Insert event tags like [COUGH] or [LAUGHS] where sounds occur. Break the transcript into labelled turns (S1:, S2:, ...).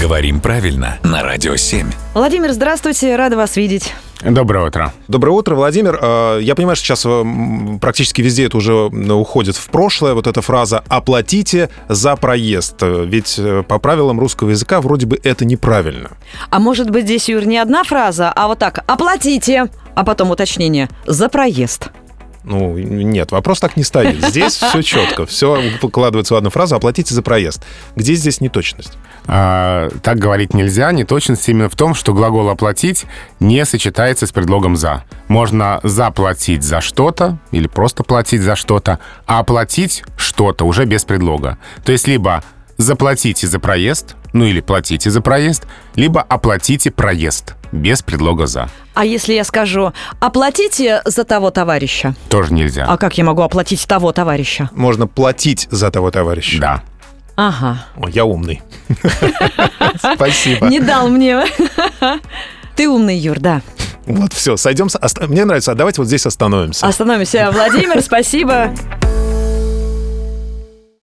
S1: Говорим правильно на Радио 7.
S2: Владимир, здравствуйте, рада вас видеть.
S3: Доброе утро.
S4: Доброе утро, Владимир. Э, Я понимаю, что сейчас э, м, практически везде это уже м, уходит в прошлое, вот эта фраза «оплатите за проезд». Э, Ведь э, по правилам русского языка вроде бы это неправильно.
S2: А может быть здесь, Юр, не одна фраза, а вот так «оплатите», а потом уточнение «за проезд».
S4: Ну, нет, вопрос так не стоит. Здесь все четко, все выкладывается в одну фразу «оплатите за проезд». Где здесь неточность?
S3: А, так говорить нельзя. Неточность именно в том, что глагол «оплатить» не сочетается с предлогом «за». Можно заплатить за что-то или просто платить за что-то, а оплатить что-то уже без предлога. То есть либо заплатите за проезд, ну или платите за проезд, либо оплатите проезд без предлога «за».
S2: А если я скажу «оплатите за того товарища»?
S3: Тоже нельзя.
S2: А как я могу оплатить того товарища?
S4: Можно платить за того товарища.
S3: Да.
S2: Ага,
S4: О, я умный. [LAUGHS] Спасибо.
S2: не дал мне. [LAUGHS] Ты умный, Юр, да.
S4: Вот, все, сойдемся. Оста- Мне нравится, а давайте вот здесь остановимся.
S2: Остановимся. Владимир, спасибо.